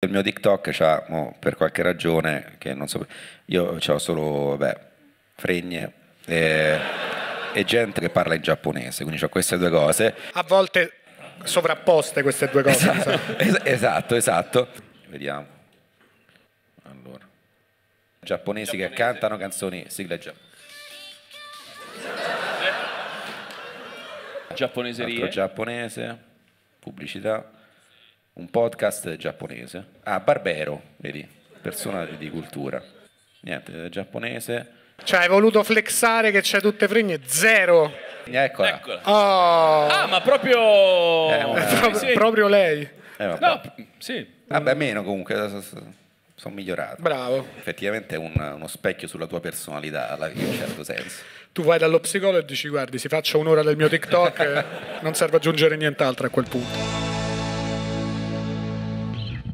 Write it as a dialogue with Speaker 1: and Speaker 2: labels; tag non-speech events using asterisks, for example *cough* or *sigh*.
Speaker 1: il mio TikTok c'ha, mo, per qualche ragione, che non so, io ho solo, vabbè, fregne e, e gente che parla in giapponese, quindi ho queste due
Speaker 2: *laughs*
Speaker 1: cose.
Speaker 3: A volte sovrapposte queste due cose.
Speaker 1: Esatto,
Speaker 3: insomma.
Speaker 1: es- esatto, esatto. Vediamo. Allora. Giapponesi che cantano canzoni sigla giapponese. Altro
Speaker 2: Giapponeserie.
Speaker 1: giapponese, pubblicità, un podcast giapponese. Ah, Barbero, vedi, personaggio di cultura. Niente, eh, giapponese.
Speaker 3: Cioè, hai voluto flexare che c'è tutte fregne? Zero.
Speaker 1: Eccola.
Speaker 2: Eccola.
Speaker 3: Oh,
Speaker 2: Ah, ma proprio. Eh,
Speaker 1: una-
Speaker 2: Sì,
Speaker 3: pro-
Speaker 2: sì.
Speaker 3: proprio lei.
Speaker 1: Eh, vabbè.
Speaker 2: No, p- sì.
Speaker 1: Vabbè, meno comunque, so- so- sono migliorato.
Speaker 3: Bravo.
Speaker 1: Effettivamente è un- uno specchio sulla tua personalità, alla- in un certo senso.
Speaker 3: Tu vai dallo psicologo e dici: Guardi, si faccia un'ora del mio TikTok, eh, non serve aggiungere nient'altro a quel punto.